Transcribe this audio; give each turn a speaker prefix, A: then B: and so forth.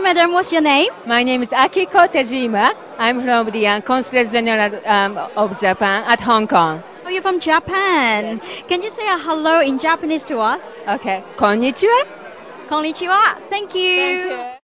A: madam, what's your name?
B: My name is Akiko Tejima. I'm from the uh, Consulate General um, of Japan at Hong Kong.
A: Oh, you're from Japan. Can you say a hello in Japanese to us?
B: Okay. Konnichiwa.
A: Konnichiwa. Thank you.
B: Thank you.